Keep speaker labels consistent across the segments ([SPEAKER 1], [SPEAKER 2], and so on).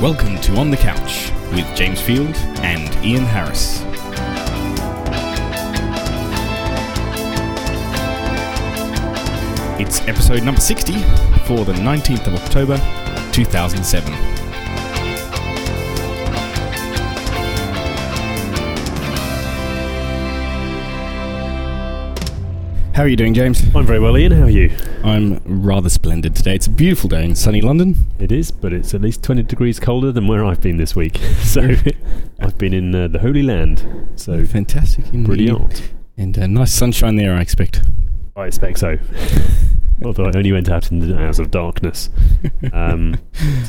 [SPEAKER 1] Welcome to On the Couch with James Field and Ian Harris. It's episode number 60 for the 19th of October 2007. How are you doing, James?
[SPEAKER 2] I'm very well, Ian. How are you?
[SPEAKER 1] I'm rather splendid today. It's a beautiful day in sunny London.
[SPEAKER 2] It is, but it's at least 20 degrees colder than where I've been this week. So I've been in uh, the Holy Land. So
[SPEAKER 1] fantastic, indeed.
[SPEAKER 2] brilliant.
[SPEAKER 1] and uh, nice sunshine there. I expect.
[SPEAKER 2] I expect so. Although I only went out in the hours of darkness. Um,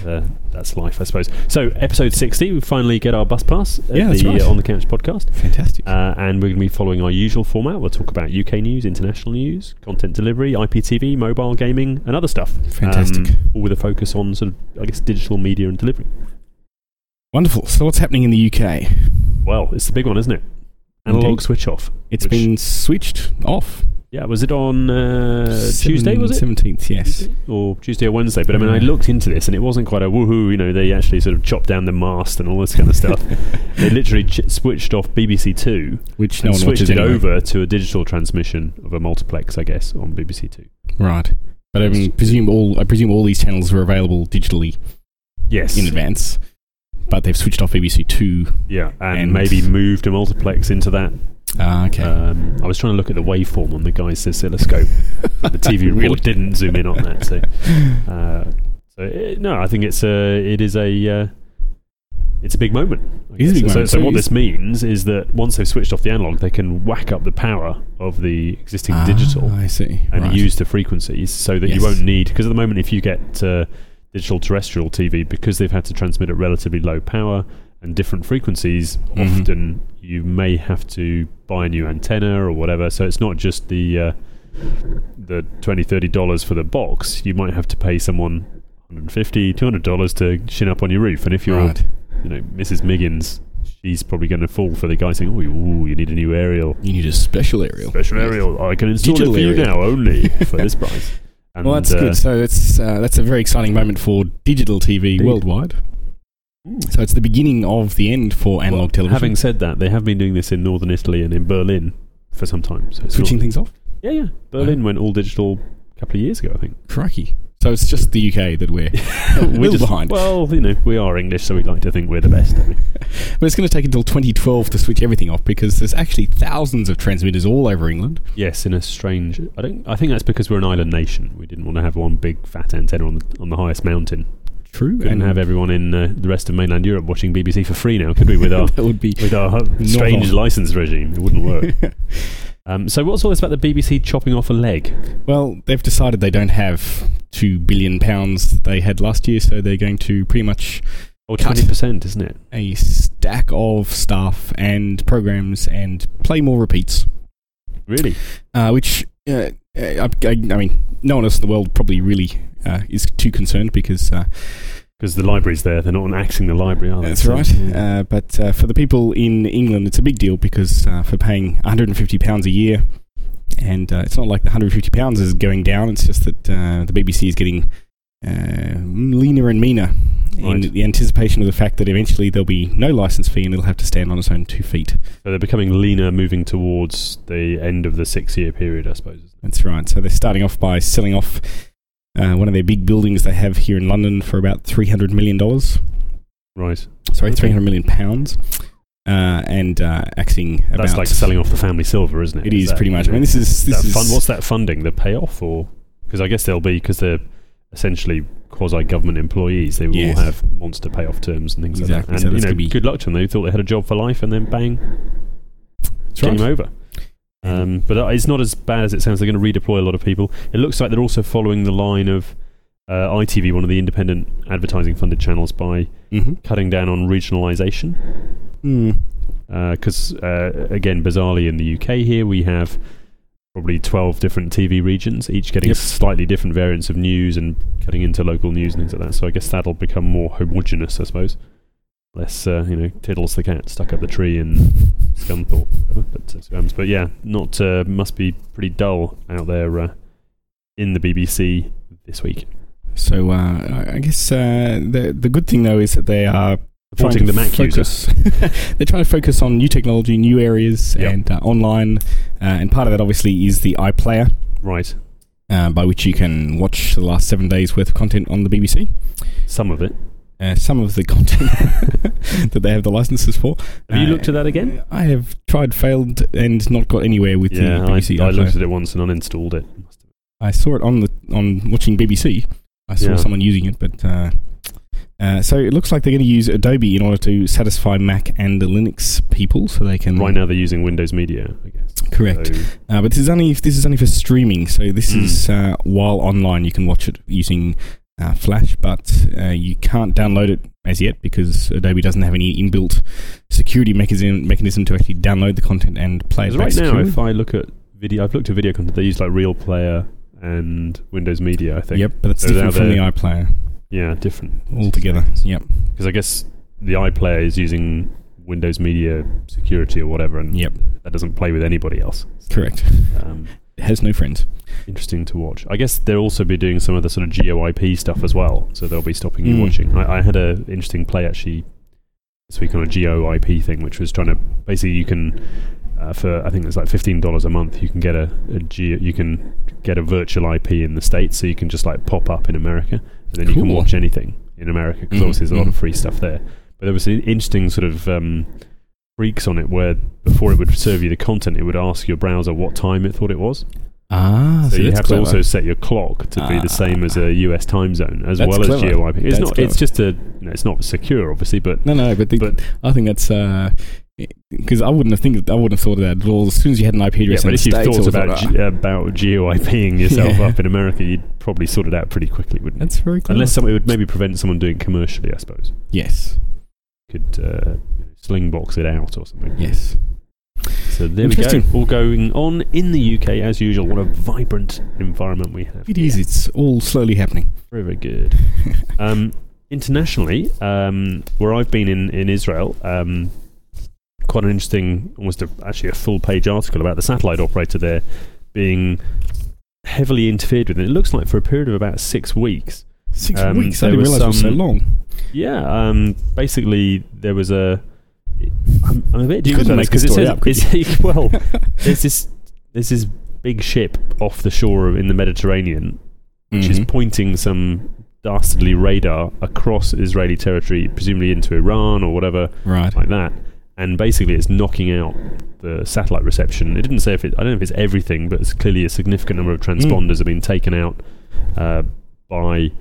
[SPEAKER 2] but, uh, that's life, I suppose. So, episode 60, we finally get our bus pass at
[SPEAKER 1] Yeah, that's
[SPEAKER 2] the
[SPEAKER 1] right.
[SPEAKER 2] uh, On the Couch podcast.
[SPEAKER 1] Fantastic.
[SPEAKER 2] Uh, and we're going to be following our usual format. We'll talk about UK news, international news, content delivery, IPTV, mobile gaming, and other stuff. Um,
[SPEAKER 1] Fantastic.
[SPEAKER 2] all with a focus on sort of, I guess, digital media and delivery.
[SPEAKER 1] Wonderful. So, what's happening in the UK?
[SPEAKER 2] Well, it's the big one, isn't it? Analog
[SPEAKER 1] Indeed.
[SPEAKER 2] switch off.
[SPEAKER 1] It's
[SPEAKER 2] Which-
[SPEAKER 1] been switched off.
[SPEAKER 2] Yeah, was it on uh, Tuesday? Was it
[SPEAKER 1] Seventeenth. Yes. Mm.
[SPEAKER 2] or Tuesday or Wednesday? But I mean, I
[SPEAKER 1] Yeah.
[SPEAKER 2] looked into this, and it wasn't quite a woohoo. You know, they actually sort of chopped down the mast and all this kind of stuff. they literally ch- switched off BBC Two
[SPEAKER 1] Which no
[SPEAKER 2] and
[SPEAKER 1] one
[SPEAKER 2] switched
[SPEAKER 1] watches
[SPEAKER 2] it
[SPEAKER 1] anyway.
[SPEAKER 2] over to a digital transmission of a multiplex, I guess, on BBC Two.
[SPEAKER 1] Right. But I mean, presume all. I presume all these channels were available digitally
[SPEAKER 2] Yes.
[SPEAKER 1] in advance. But they've switched off BBC Two.
[SPEAKER 2] yeah, and,
[SPEAKER 1] And-
[SPEAKER 2] maybe moved a multiplex into that.
[SPEAKER 1] Ah, okay.
[SPEAKER 2] Um, I was trying to look at the waveform on the guy's oscilloscope. the TV report
[SPEAKER 1] Really?
[SPEAKER 2] didn't zoom in on that. So, uh, so eh, no, I think it's a it is a uh, it's a big moment. I
[SPEAKER 1] It is a
[SPEAKER 2] guess.
[SPEAKER 1] big
[SPEAKER 2] so,
[SPEAKER 1] moment.
[SPEAKER 2] so
[SPEAKER 1] So
[SPEAKER 2] what
[SPEAKER 1] it's-
[SPEAKER 2] this means is that once they've switched off the analog, they can whack up the power of the existing
[SPEAKER 1] Ah,
[SPEAKER 2] digital
[SPEAKER 1] I see.
[SPEAKER 2] and
[SPEAKER 1] right.
[SPEAKER 2] use the frequencies so that
[SPEAKER 1] Yes.
[SPEAKER 2] you won't need because at the moment if you get uh, digital terrestrial TV because they've had to transmit at relatively low power and different frequencies
[SPEAKER 1] Mhm.
[SPEAKER 2] often you may have to buy a new antenna or whatever so it's not just the uh, the 20 30 dollars for the box you might have to pay someone 150 200 dollars to shin up on your roof and if you're
[SPEAKER 1] Right.
[SPEAKER 2] you know Mrs Miggins she's probably going to fall for the guy saying oh you, ooh, you need a new aerial
[SPEAKER 1] You need a special aerial.
[SPEAKER 2] Special
[SPEAKER 1] Yes.
[SPEAKER 2] aerial. I can install
[SPEAKER 1] Digital
[SPEAKER 2] it for you
[SPEAKER 1] aerial.
[SPEAKER 2] now only for this price. And,
[SPEAKER 1] Well, that's
[SPEAKER 2] uh,
[SPEAKER 1] good. So it's uh, that's a very exciting moment for digital TV
[SPEAKER 2] Indeed.
[SPEAKER 1] worldwide.
[SPEAKER 2] Ooh.
[SPEAKER 1] So it's the beginning of the end for analog
[SPEAKER 2] Hmm. Well,
[SPEAKER 1] television.
[SPEAKER 2] Having said that, they have been doing this in northern Italy and in Berlin for some time. So it's
[SPEAKER 1] switching
[SPEAKER 2] not-
[SPEAKER 1] things off.
[SPEAKER 2] yeah, yeah. Berlin went all digital a couple of years ago, I think.
[SPEAKER 1] Crikey! So it's just the UK that we're a
[SPEAKER 2] We're
[SPEAKER 1] little
[SPEAKER 2] just-
[SPEAKER 1] behind.
[SPEAKER 2] Well, you know, we are English, so we like to think we're the best. Don't we?
[SPEAKER 1] but it's going to take until 2012 to switch everything off because there's actually thousands of transmitters all over England.
[SPEAKER 2] Yes, in a strange. I don't. I think that's because we're an island nation. We didn't want to have one big fat antenna on the, on the highest mountain.
[SPEAKER 1] True,
[SPEAKER 2] Couldn't
[SPEAKER 1] and
[SPEAKER 2] have everyone in uh, the rest of mainland Europe watching BBC for free now, could we? With our
[SPEAKER 1] that would be
[SPEAKER 2] with our strange
[SPEAKER 1] Novel.
[SPEAKER 2] license regime. It wouldn't work. um, so, what's all this about the BBC chopping off a leg?
[SPEAKER 1] well. They've decided they don't have two billion pounds they had last year, so they're going to pretty much
[SPEAKER 2] Or
[SPEAKER 1] Cut.
[SPEAKER 2] twenty percent, isn't it?
[SPEAKER 1] a stack of staff and programs and play more repeats.
[SPEAKER 2] Really?
[SPEAKER 1] uh, which uh, I, I, I mean, no one else in the world probably really uh, is too concerned because uh,
[SPEAKER 2] Because the library's there. They're not axing the library, are they?
[SPEAKER 1] that's
[SPEAKER 2] Mm. So-
[SPEAKER 1] right. Uh, but uh, for the people in England, it's a big deal because uh, for paying 150 pounds a year, and uh, it's not like the 150 pounds is going down. It's just that uh, the BBC is getting uh, leaner and meaner. In
[SPEAKER 2] Right.
[SPEAKER 1] the anticipation of the fact that eventually there'll be no license fee and it'll have to stand on its own two feet.
[SPEAKER 2] So they're becoming leaner, moving towards the end of the six-year period, I suppose. isn't
[SPEAKER 1] That's right. So they're starting off by selling off uh, one of their big buildings they have here in London for about three hundred million dollars.
[SPEAKER 2] it? Right.
[SPEAKER 1] Sorry,
[SPEAKER 2] Okay.
[SPEAKER 1] three hundred million pounds, uh, and uh, axing about.
[SPEAKER 2] That's like selling off the family silver, isn't it?
[SPEAKER 1] It is
[SPEAKER 2] that-
[SPEAKER 1] pretty much. I mean, this is this
[SPEAKER 2] that
[SPEAKER 1] is
[SPEAKER 2] fun, what's that funding? The payoff, or because I guess they'll be because they're essentially quasi-government employees. They will
[SPEAKER 1] Yes.
[SPEAKER 2] all have monster payoff terms and things
[SPEAKER 1] Exactly,
[SPEAKER 2] like
[SPEAKER 1] so
[SPEAKER 2] that. And
[SPEAKER 1] that's
[SPEAKER 2] you know,
[SPEAKER 1] gonna be-
[SPEAKER 2] good luck to them. They thought they had a job for life, and then bang,
[SPEAKER 1] That's
[SPEAKER 2] game
[SPEAKER 1] right.
[SPEAKER 2] over. Um, but uh, it's not as bad as it sounds. They're going to redeploy a lot of people. It looks like they're also following the line of uh, ITV, one of the independent advertising-funded channels, by
[SPEAKER 1] Mhm.
[SPEAKER 2] cutting down on regionalisation
[SPEAKER 1] Mm.
[SPEAKER 2] because uh, again, bizarrely, in the UK here we have probably twelve different TV regions, each getting
[SPEAKER 1] Yep.
[SPEAKER 2] slightly different variants of news and cutting into local news and things like that. So I guess that'll become more homogenous, I suppose. Less, uh, you know, tiddles the cat stuck up the tree in
[SPEAKER 1] Mm.
[SPEAKER 2] Scunthorpe, whatever. But, uh, Scums. but yeah, not uh, must be pretty dull out there uh, in the BBC this week.
[SPEAKER 1] So uh, I- I guess uh, the the good thing though is that they are trying
[SPEAKER 2] Supporting
[SPEAKER 1] to
[SPEAKER 2] the Mac user.
[SPEAKER 1] focus. they're trying to focus on new technology, new areas,
[SPEAKER 2] Yep.
[SPEAKER 1] and uh, online. Uh, and part of that obviously is the iPlayer,
[SPEAKER 2] Right.
[SPEAKER 1] uh, by which you can watch the last seven days worth of content on the BBC.
[SPEAKER 2] Some of it.
[SPEAKER 1] Uh, some of the content that they have the licenses for.
[SPEAKER 2] Have you
[SPEAKER 1] Uh,
[SPEAKER 2] looked at that again?
[SPEAKER 1] I have tried, failed, and not got anywhere with
[SPEAKER 2] Yeah,
[SPEAKER 1] the
[SPEAKER 2] I,
[SPEAKER 1] BBC.
[SPEAKER 2] I
[SPEAKER 1] iPlayer.
[SPEAKER 2] looked at it once and uninstalled it.
[SPEAKER 1] I saw it on the on watching BBC. I saw
[SPEAKER 2] Yeah.
[SPEAKER 1] someone using it, but uh, uh, so it looks like they're going to use Adobe in order to satisfy Mac and the Linux people, so they can
[SPEAKER 2] Right now they're using Windows Media, I guess.
[SPEAKER 1] correct.
[SPEAKER 2] So,
[SPEAKER 1] Uh, but this is only this is only for streaming. So this
[SPEAKER 2] Mm.
[SPEAKER 1] is uh, while online you can watch it using uh, Flash, but uh, you can't download it as yet because Adobe doesn't have any inbuilt security mechanism mechanism to actually download the content and play it
[SPEAKER 2] 'cause
[SPEAKER 1] back
[SPEAKER 2] right now,
[SPEAKER 1] securely.
[SPEAKER 2] if I look at video, I've looked at video content. They use like Real Player and Windows Media, I think.
[SPEAKER 1] Yep, but it's
[SPEAKER 2] So
[SPEAKER 1] different
[SPEAKER 2] now
[SPEAKER 1] from the
[SPEAKER 2] they're-
[SPEAKER 1] iPlayer
[SPEAKER 2] Yeah, different
[SPEAKER 1] altogether. Yep,
[SPEAKER 2] Because I guess the iPlayer is using Windows Media security or whatever, and
[SPEAKER 1] Yep.
[SPEAKER 2] that doesn't play with anybody else.
[SPEAKER 1] correct.
[SPEAKER 2] Um,
[SPEAKER 1] It has no friends.
[SPEAKER 2] interesting to watch. I guess they'll also be doing some of the sort of GeoIP stuff as well, so they'll be stopping you
[SPEAKER 1] Mm.
[SPEAKER 2] watching. I, I had a interesting play actually this week on a GeoIP thing, which was trying to basically you can uh, for I think it's like fifteen dollars a month, you can get a, a geo, you can get a virtual IP in the states, so you can just like pop up in America, and then you can
[SPEAKER 1] Cool.
[SPEAKER 2] watch anything in America because
[SPEAKER 1] Mhm,
[SPEAKER 2] obviously there's a lot of
[SPEAKER 1] mhm.
[SPEAKER 2] free stuff there. But there was an interesting sort of um, freaks on it where before it would serve you the content, it would ask your browser what time it thought it was.
[SPEAKER 1] Ah, so,
[SPEAKER 2] So, you
[SPEAKER 1] that's
[SPEAKER 2] have
[SPEAKER 1] clever.
[SPEAKER 2] to also set your clock to be
[SPEAKER 1] Ah.
[SPEAKER 2] the same as a US time zone as
[SPEAKER 1] That's
[SPEAKER 2] well as
[SPEAKER 1] clever.
[SPEAKER 2] GeoIP. It's
[SPEAKER 1] That's
[SPEAKER 2] not.
[SPEAKER 1] clever.
[SPEAKER 2] It's just a. No, it's not secure, obviously, but
[SPEAKER 1] no, no, but, the,
[SPEAKER 2] but
[SPEAKER 1] I think that's because I wouldn't have think I wouldn't have thought of that at all. As soon as you had an IP
[SPEAKER 2] yeah,
[SPEAKER 1] address, in
[SPEAKER 2] but
[SPEAKER 1] the
[SPEAKER 2] if you
[SPEAKER 1] States, I
[SPEAKER 2] thought
[SPEAKER 1] was like,
[SPEAKER 2] about
[SPEAKER 1] "Ah,
[SPEAKER 2] ge- about GeoIPing yourself
[SPEAKER 1] Yeah.
[SPEAKER 2] up in America, you'd probably sort it out pretty quickly, wouldn't
[SPEAKER 1] that's very
[SPEAKER 2] you?
[SPEAKER 1] clever.
[SPEAKER 2] Unless somebody would maybe prevent someone doing it commercially, I suppose.
[SPEAKER 1] yes,
[SPEAKER 2] Could uh, slingbox it out or something.
[SPEAKER 1] yes,
[SPEAKER 2] So there we go.
[SPEAKER 1] Interesting.
[SPEAKER 2] All going on in the UK as usual. What a vibrant environment we have.
[SPEAKER 1] it is.
[SPEAKER 2] here.
[SPEAKER 1] It's all slowly happening.
[SPEAKER 2] Very, very good. um, internationally, um, where I've been in, in Israel, um, quite an interesting, almost a, actually a full page article about the satellite operator there being heavily interfered with. And it looks like for a period of about six weeks.
[SPEAKER 1] Six
[SPEAKER 2] Um,
[SPEAKER 1] weeks. I
[SPEAKER 2] there
[SPEAKER 1] didn't
[SPEAKER 2] was
[SPEAKER 1] realize it was so
[SPEAKER 2] some-
[SPEAKER 1] long.
[SPEAKER 2] Yeah, um, basically, there was a. I'm, I'm a bit
[SPEAKER 1] You
[SPEAKER 2] dubious
[SPEAKER 1] couldn't
[SPEAKER 2] about
[SPEAKER 1] make
[SPEAKER 2] because
[SPEAKER 1] this
[SPEAKER 2] it
[SPEAKER 1] story
[SPEAKER 2] says,
[SPEAKER 1] up, could
[SPEAKER 2] it's- well, there's this, there's this big ship off the shore in the Mediterranean which is
[SPEAKER 1] Mhm.
[SPEAKER 2] pointing some dastardly radar across Israeli territory, presumably into Iran or whatever
[SPEAKER 1] right.
[SPEAKER 2] like that. And basically, it's knocking out the satellite reception. It didn't say if it, I don't know if it's everything, but it's clearly a significant number of transponders have been taken out uh, by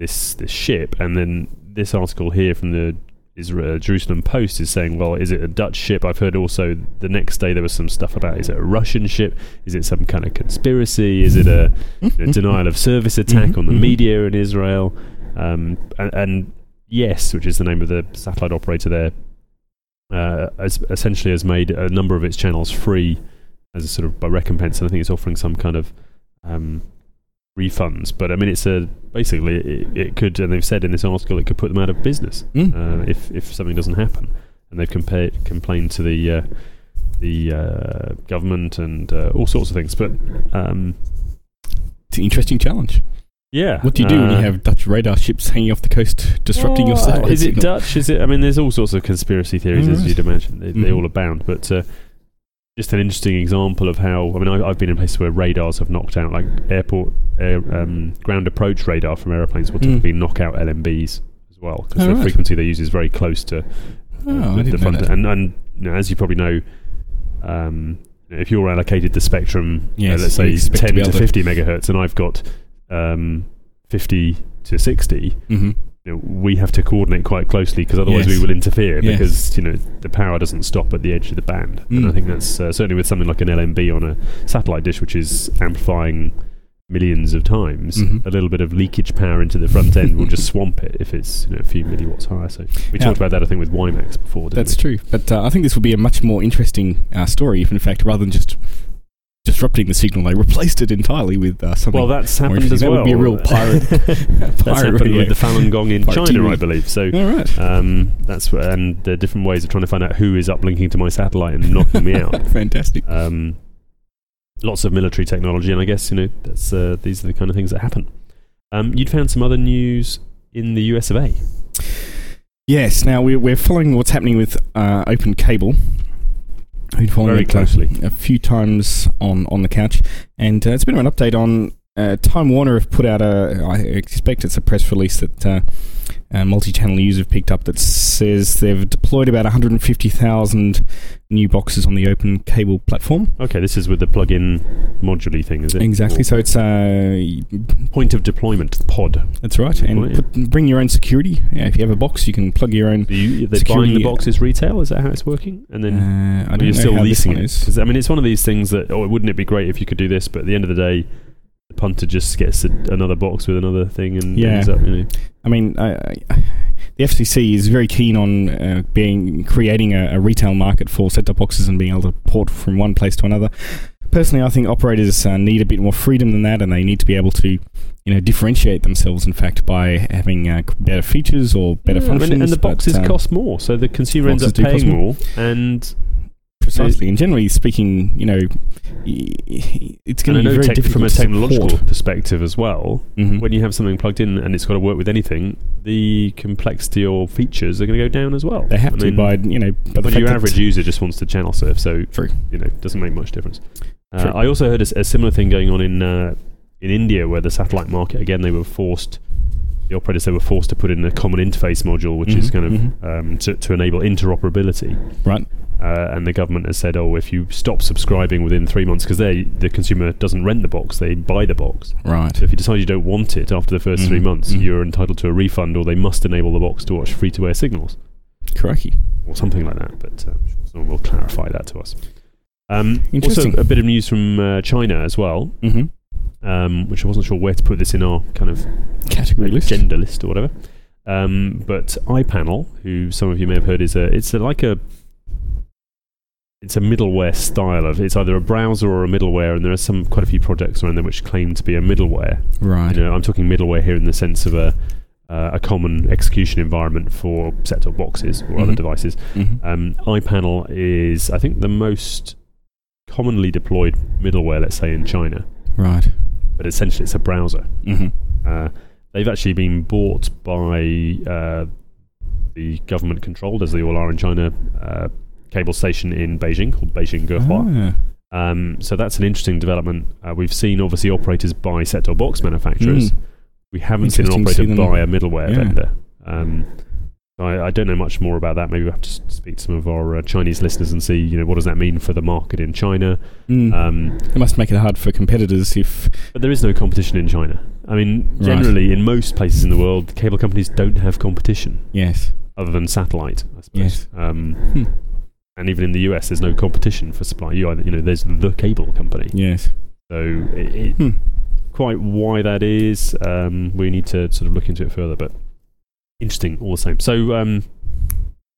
[SPEAKER 2] this this ship. And then this article here from the Israel, Jerusalem Post is saying, well, is it a Dutch ship? I've heard also the next day there was some stuff about is it a Russian ship? Is it some kind of conspiracy? Is it a
[SPEAKER 1] Mm-hmm.
[SPEAKER 2] a denial of service attack
[SPEAKER 1] Mhm,
[SPEAKER 2] on the
[SPEAKER 1] mhm.
[SPEAKER 2] media in Israel. Um, and, and Yes, which is the name of the satellite operator there, uh, has, essentially has made a number of its channels free as a sort of by recompense. And I think it's offering some kind of um, refunds. But I mean, it's a basically it, it could, and they've said in this article, it could put them out of business
[SPEAKER 1] Mm.
[SPEAKER 2] uh, if if something doesn't happen. And they've compared, complained to the uh, the uh, government and uh, all sorts of things. But um,
[SPEAKER 1] It's an interesting challenge.
[SPEAKER 2] yeah,
[SPEAKER 1] What do you do when you
[SPEAKER 2] uh,
[SPEAKER 1] have Dutch radar ships hanging off the coast, disrupting your
[SPEAKER 2] Well,
[SPEAKER 1] satellite?
[SPEAKER 2] Is it
[SPEAKER 1] signal?
[SPEAKER 2] Dutch? Is it? I mean, there's all sorts of conspiracy theories,
[SPEAKER 1] Oh,
[SPEAKER 2] as
[SPEAKER 1] right.
[SPEAKER 2] you'd imagine. They, they
[SPEAKER 1] Mhm.
[SPEAKER 2] all abound, but uh, just an interesting example of how. I mean, I, I've been in places where radars have knocked out, like airport air, um, ground approach radar from airplanes will
[SPEAKER 1] Mm.
[SPEAKER 2] typically knock out LMBs as well because
[SPEAKER 1] Oh,
[SPEAKER 2] the
[SPEAKER 1] right.
[SPEAKER 2] frequency they use is very close to
[SPEAKER 1] Oh, I
[SPEAKER 2] the, the
[SPEAKER 1] didn't know
[SPEAKER 2] front.
[SPEAKER 1] that.
[SPEAKER 2] And, and you know, as you probably know, um, if you're allocated the spectrum, you know,
[SPEAKER 1] Yes, you
[SPEAKER 2] let's say
[SPEAKER 1] expect to
[SPEAKER 2] 10
[SPEAKER 1] be
[SPEAKER 2] to,
[SPEAKER 1] able to-
[SPEAKER 2] 50 megahertz, and I've got um, 50 to 60,
[SPEAKER 1] Mhm.
[SPEAKER 2] you know, we have to coordinate quite closely because otherwise
[SPEAKER 1] Yes.
[SPEAKER 2] we will interfere
[SPEAKER 1] Yes.
[SPEAKER 2] because you know the power doesn't stop at the edge of the band. And I
[SPEAKER 1] Mm.
[SPEAKER 2] think that's uh, certainly with something like an LMB on a satellite dish, which is amplifying millions of times.
[SPEAKER 1] Mhm.
[SPEAKER 2] A little bit of leakage power into the front end will just swamp it if it's you know, a few milliwatts higher. So we
[SPEAKER 1] Yeah.
[SPEAKER 2] talked about that I think with WiMAX before. Didn't
[SPEAKER 1] That's true. But uh, I think this would be a much more interesting uh, story if, in fact, rather than just disrupting the signal, they replaced it entirely with uh,
[SPEAKER 2] we?
[SPEAKER 1] something.
[SPEAKER 2] Well, that's
[SPEAKER 1] more
[SPEAKER 2] happened
[SPEAKER 1] interesting.
[SPEAKER 2] as
[SPEAKER 1] That
[SPEAKER 2] well.
[SPEAKER 1] would be a real pirate-
[SPEAKER 2] that's
[SPEAKER 1] pirate
[SPEAKER 2] happened
[SPEAKER 1] radio.
[SPEAKER 2] with the Falun Gong in
[SPEAKER 1] Pirate
[SPEAKER 2] China,
[SPEAKER 1] TV.
[SPEAKER 2] I believe. So
[SPEAKER 1] All right.
[SPEAKER 2] um, that's wh- and there are different ways of trying to find out who is uplinking to my satellite and knocking me out.
[SPEAKER 1] Fantastic.
[SPEAKER 2] um, lots of military technology, and I guess you know that's uh, these are the kind of things that happen. Um, you'd found some other news in the US of A.
[SPEAKER 1] Yes. Now we're, we're following what's happening with uh, Open Cable. We've followed
[SPEAKER 2] Very
[SPEAKER 1] it, uh,
[SPEAKER 2] closely.
[SPEAKER 1] a few times on on the couch, and uh, it's a bit of an update on. Uh, Time Warner have put out a. I expect it's a press release that uh, uh, multi-channel users have picked up that says they've deployed about 150,000 new boxes on the Open Cable platform.
[SPEAKER 2] Okay, this is with the plug-in module thing, is it?
[SPEAKER 1] Exactly. So it's uh,
[SPEAKER 2] Or point of deployment pod.
[SPEAKER 1] That's right.
[SPEAKER 2] Oh,
[SPEAKER 1] And
[SPEAKER 2] yeah.
[SPEAKER 1] put, bring your own security. Yeah, if you have a box, you can plug your own.
[SPEAKER 2] Do you, they're
[SPEAKER 1] Security-
[SPEAKER 2] buying the boxes retail. Is that how it's working? And then
[SPEAKER 1] Uh, I
[SPEAKER 2] Or
[SPEAKER 1] don't
[SPEAKER 2] you're
[SPEAKER 1] know
[SPEAKER 2] still
[SPEAKER 1] how this
[SPEAKER 2] leasing
[SPEAKER 1] one
[SPEAKER 2] it.
[SPEAKER 1] is.
[SPEAKER 2] 'Cause, I mean, it's one of these things that, oh, wouldn't it be great if you could do this? But at the end of the day, the punter just gets a, another box with another thing and
[SPEAKER 1] Yeah.
[SPEAKER 2] ends up, you know.
[SPEAKER 1] I mean, I, I, the FCC is very keen on uh, being creating a, a retail market for set-top boxes and being able to port from one place to another. Personally, I think operators uh, need a bit more freedom than that, and they need to be able to, you know, differentiate themselves. In fact, by having uh, better features or better
[SPEAKER 2] Yeah, I mean,
[SPEAKER 1] functions.
[SPEAKER 2] Mm, and the
[SPEAKER 1] but,
[SPEAKER 2] boxes
[SPEAKER 1] um,
[SPEAKER 2] cost more, so the consumer ends up
[SPEAKER 1] boxes do cost
[SPEAKER 2] paying more. And,
[SPEAKER 1] precisely. And generally speaking, you know, y- y- it's
[SPEAKER 2] and
[SPEAKER 1] going
[SPEAKER 2] I
[SPEAKER 1] to be
[SPEAKER 2] know
[SPEAKER 1] very
[SPEAKER 2] tech,
[SPEAKER 1] difficult
[SPEAKER 2] from a
[SPEAKER 1] to
[SPEAKER 2] technological
[SPEAKER 1] support.
[SPEAKER 2] perspective as well,
[SPEAKER 1] Mhm.
[SPEAKER 2] when you have something plugged in and it's got to work with anything, the complexity or features are going to go down as well.
[SPEAKER 1] They have
[SPEAKER 2] I
[SPEAKER 1] to
[SPEAKER 2] mean,
[SPEAKER 1] by you know by the
[SPEAKER 2] But
[SPEAKER 1] fact
[SPEAKER 2] your
[SPEAKER 1] that-
[SPEAKER 2] average user just wants to channel surf, so
[SPEAKER 1] True.
[SPEAKER 2] you know doesn't make much difference. Uh,
[SPEAKER 1] True.
[SPEAKER 2] I also heard a, s- a similar thing going on in uh, in India, where the satellite market again they were forced the operators they were forced to put in a common interface module, which is
[SPEAKER 1] Mhm,
[SPEAKER 2] kind of
[SPEAKER 1] mhm.
[SPEAKER 2] um, to, to enable interoperability.
[SPEAKER 1] right?
[SPEAKER 2] Uh, and the government has said, oh, if you stop subscribing within three months, because the consumer doesn't rent the box, they buy the box.
[SPEAKER 1] Right.
[SPEAKER 2] So if you decide you don't want it after the 1st three
[SPEAKER 1] Mhm,
[SPEAKER 2] months,
[SPEAKER 1] mhm.
[SPEAKER 2] you're entitled to a refund, or they must enable the box to watch free-to-air signals
[SPEAKER 1] Crikey.
[SPEAKER 2] or something like that. But uh, someone will clarify that to us. Um, also,
[SPEAKER 1] Interesting.
[SPEAKER 2] a bit of news from uh, China as well,
[SPEAKER 1] Mm-hmm.
[SPEAKER 2] um, which I wasn't sure where to put this in our kind of
[SPEAKER 1] Category list.
[SPEAKER 2] agenda list or whatever. Um, but iPanel, who some of you may have heard, is a it's a, like a it's a middleware style of it's either a browser or a middleware, and there are some quite a few projects around there which claim to be a middleware.
[SPEAKER 1] right.
[SPEAKER 2] You know, I'm talking middleware here in the sense of a uh, a common execution environment for set-top boxes or other
[SPEAKER 1] Mhm.
[SPEAKER 2] devices.
[SPEAKER 1] Mhm.
[SPEAKER 2] Um, iPanel is, I think, the most commonly deployed middleware, let's say, in China,
[SPEAKER 1] Right.
[SPEAKER 2] but essentially it's a browser.
[SPEAKER 1] Mm-hmm.
[SPEAKER 2] Uh, they've actually been bought by uh, the government controlled, as they all are in China, uh, cable station in Beijing called Beijing
[SPEAKER 1] Ah.
[SPEAKER 2] Gehua.
[SPEAKER 1] Oh.
[SPEAKER 2] Um, so that's an interesting development. Uh, we've seen, obviously, operators buy set top box manufacturers. We haven't seen an
[SPEAKER 1] Hmm. Interesting to
[SPEAKER 2] operator
[SPEAKER 1] see them-
[SPEAKER 2] buy a middleware
[SPEAKER 1] Yeah.
[SPEAKER 2] vendor. Um, I, I don't know much more about that. Maybe we have to s- speak to some of our uh, Chinese listeners and see, you know, what does that mean for the market in China?
[SPEAKER 1] Mm.
[SPEAKER 2] Um,
[SPEAKER 1] it must make it hard for competitors if
[SPEAKER 2] but there is no competition in China. I mean,
[SPEAKER 1] Right.
[SPEAKER 2] generally, in most places in the world, cable companies don't have competition
[SPEAKER 1] yes.
[SPEAKER 2] other than satellite, I suppose.
[SPEAKER 1] Yes.
[SPEAKER 2] Um,
[SPEAKER 1] Hmm.
[SPEAKER 2] and even in the US, there's no competition for supply. You either, you know, there's the cable company.
[SPEAKER 1] Yes.
[SPEAKER 2] So it, it,
[SPEAKER 1] Hmm.
[SPEAKER 2] quite why that is, um, we need to sort of look into it further. But interesting all the same. So um,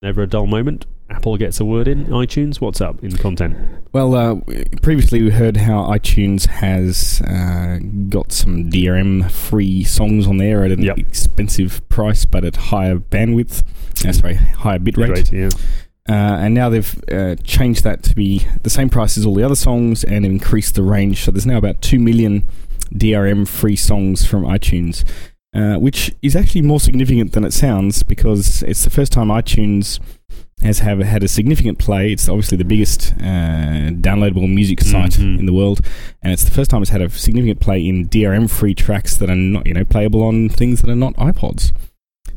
[SPEAKER 2] never a dull moment. Apple gets a word in. iTunes, what's up in content?
[SPEAKER 1] Well, uh, previously we heard how iTunes has uh, got some DRM free songs on there at an
[SPEAKER 2] Yep.
[SPEAKER 1] expensive price, but at higher bandwidth. Uh,
[SPEAKER 2] Mm.
[SPEAKER 1] sorry, higher bit rate.
[SPEAKER 2] Great, yeah.
[SPEAKER 1] Uh, and now they've uh, changed that to be the same price as all the other songs and increased the range. So there's now about 2 million DRM free songs from iTunes, uh, which is actually more significant than it sounds because it's the first time iTunes has have, had a significant play. It's obviously the biggest uh, downloadable music site
[SPEAKER 2] Mhm.
[SPEAKER 1] in the world, and it's the first time it's had a significant play in DRM free tracks that are not, you know, playable on things that are not iPods.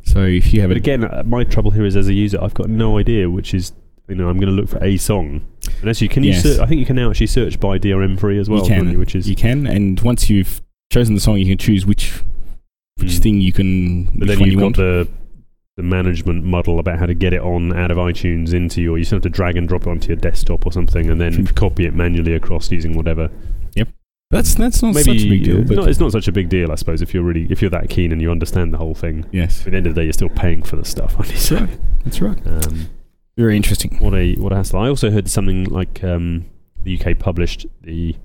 [SPEAKER 1] So if you have
[SPEAKER 2] But
[SPEAKER 1] a
[SPEAKER 2] again, uh, my trouble here is as a user, I've got no idea which is. You know, I'm going to look for a song. Unless you can,
[SPEAKER 1] Yes.
[SPEAKER 2] you ser- I think you can now actually search by DRM free as well,
[SPEAKER 1] can.
[SPEAKER 2] can't you? which is
[SPEAKER 1] you can, and once you've chosen the song, you can choose which which
[SPEAKER 2] Mm.
[SPEAKER 1] thing you can.
[SPEAKER 2] But
[SPEAKER 1] which
[SPEAKER 2] then
[SPEAKER 1] one
[SPEAKER 2] you've
[SPEAKER 1] you
[SPEAKER 2] got
[SPEAKER 1] want.
[SPEAKER 2] the the management model about how to get it on out of iTunes into your. You still have to drag and drop it onto your desktop or something, and then
[SPEAKER 1] Hmm.
[SPEAKER 2] copy it manually across using whatever.
[SPEAKER 1] that's that's not
[SPEAKER 2] Maybe
[SPEAKER 1] such a big deal,
[SPEAKER 2] uh,
[SPEAKER 1] but
[SPEAKER 2] no, it's not such a big deal, I suppose. If you're really if you're that keen and you understand the whole thing,
[SPEAKER 1] yes,
[SPEAKER 2] at the end of the day, you're still paying for the stuff. I
[SPEAKER 1] that's
[SPEAKER 2] mean,
[SPEAKER 1] right. That's right.
[SPEAKER 2] um,
[SPEAKER 1] Very interesting.
[SPEAKER 2] what a what a hassle! I also heard something like um, the UK published the.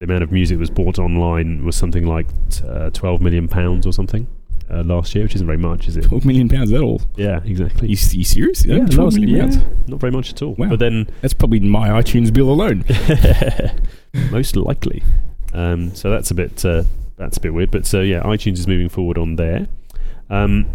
[SPEAKER 2] The amount of music that was bought online was something like uh, twelve million pounds or something uh, last year, which isn't very much, is it?
[SPEAKER 1] Twelve million pounds. Is that all?
[SPEAKER 2] Yeah,
[SPEAKER 1] Are
[SPEAKER 2] exactly.
[SPEAKER 1] you, you serious?
[SPEAKER 2] Yeah,
[SPEAKER 1] Only 12
[SPEAKER 2] last-
[SPEAKER 1] million
[SPEAKER 2] yeah,
[SPEAKER 1] pounds.
[SPEAKER 2] Not very much at all.
[SPEAKER 1] Wow.
[SPEAKER 2] But then,
[SPEAKER 1] That's probably my iTunes bill alone.
[SPEAKER 2] most likely. Um, so that's a bit uh, that's a bit weird. But so yeah, iTunes is moving forward on there. Um,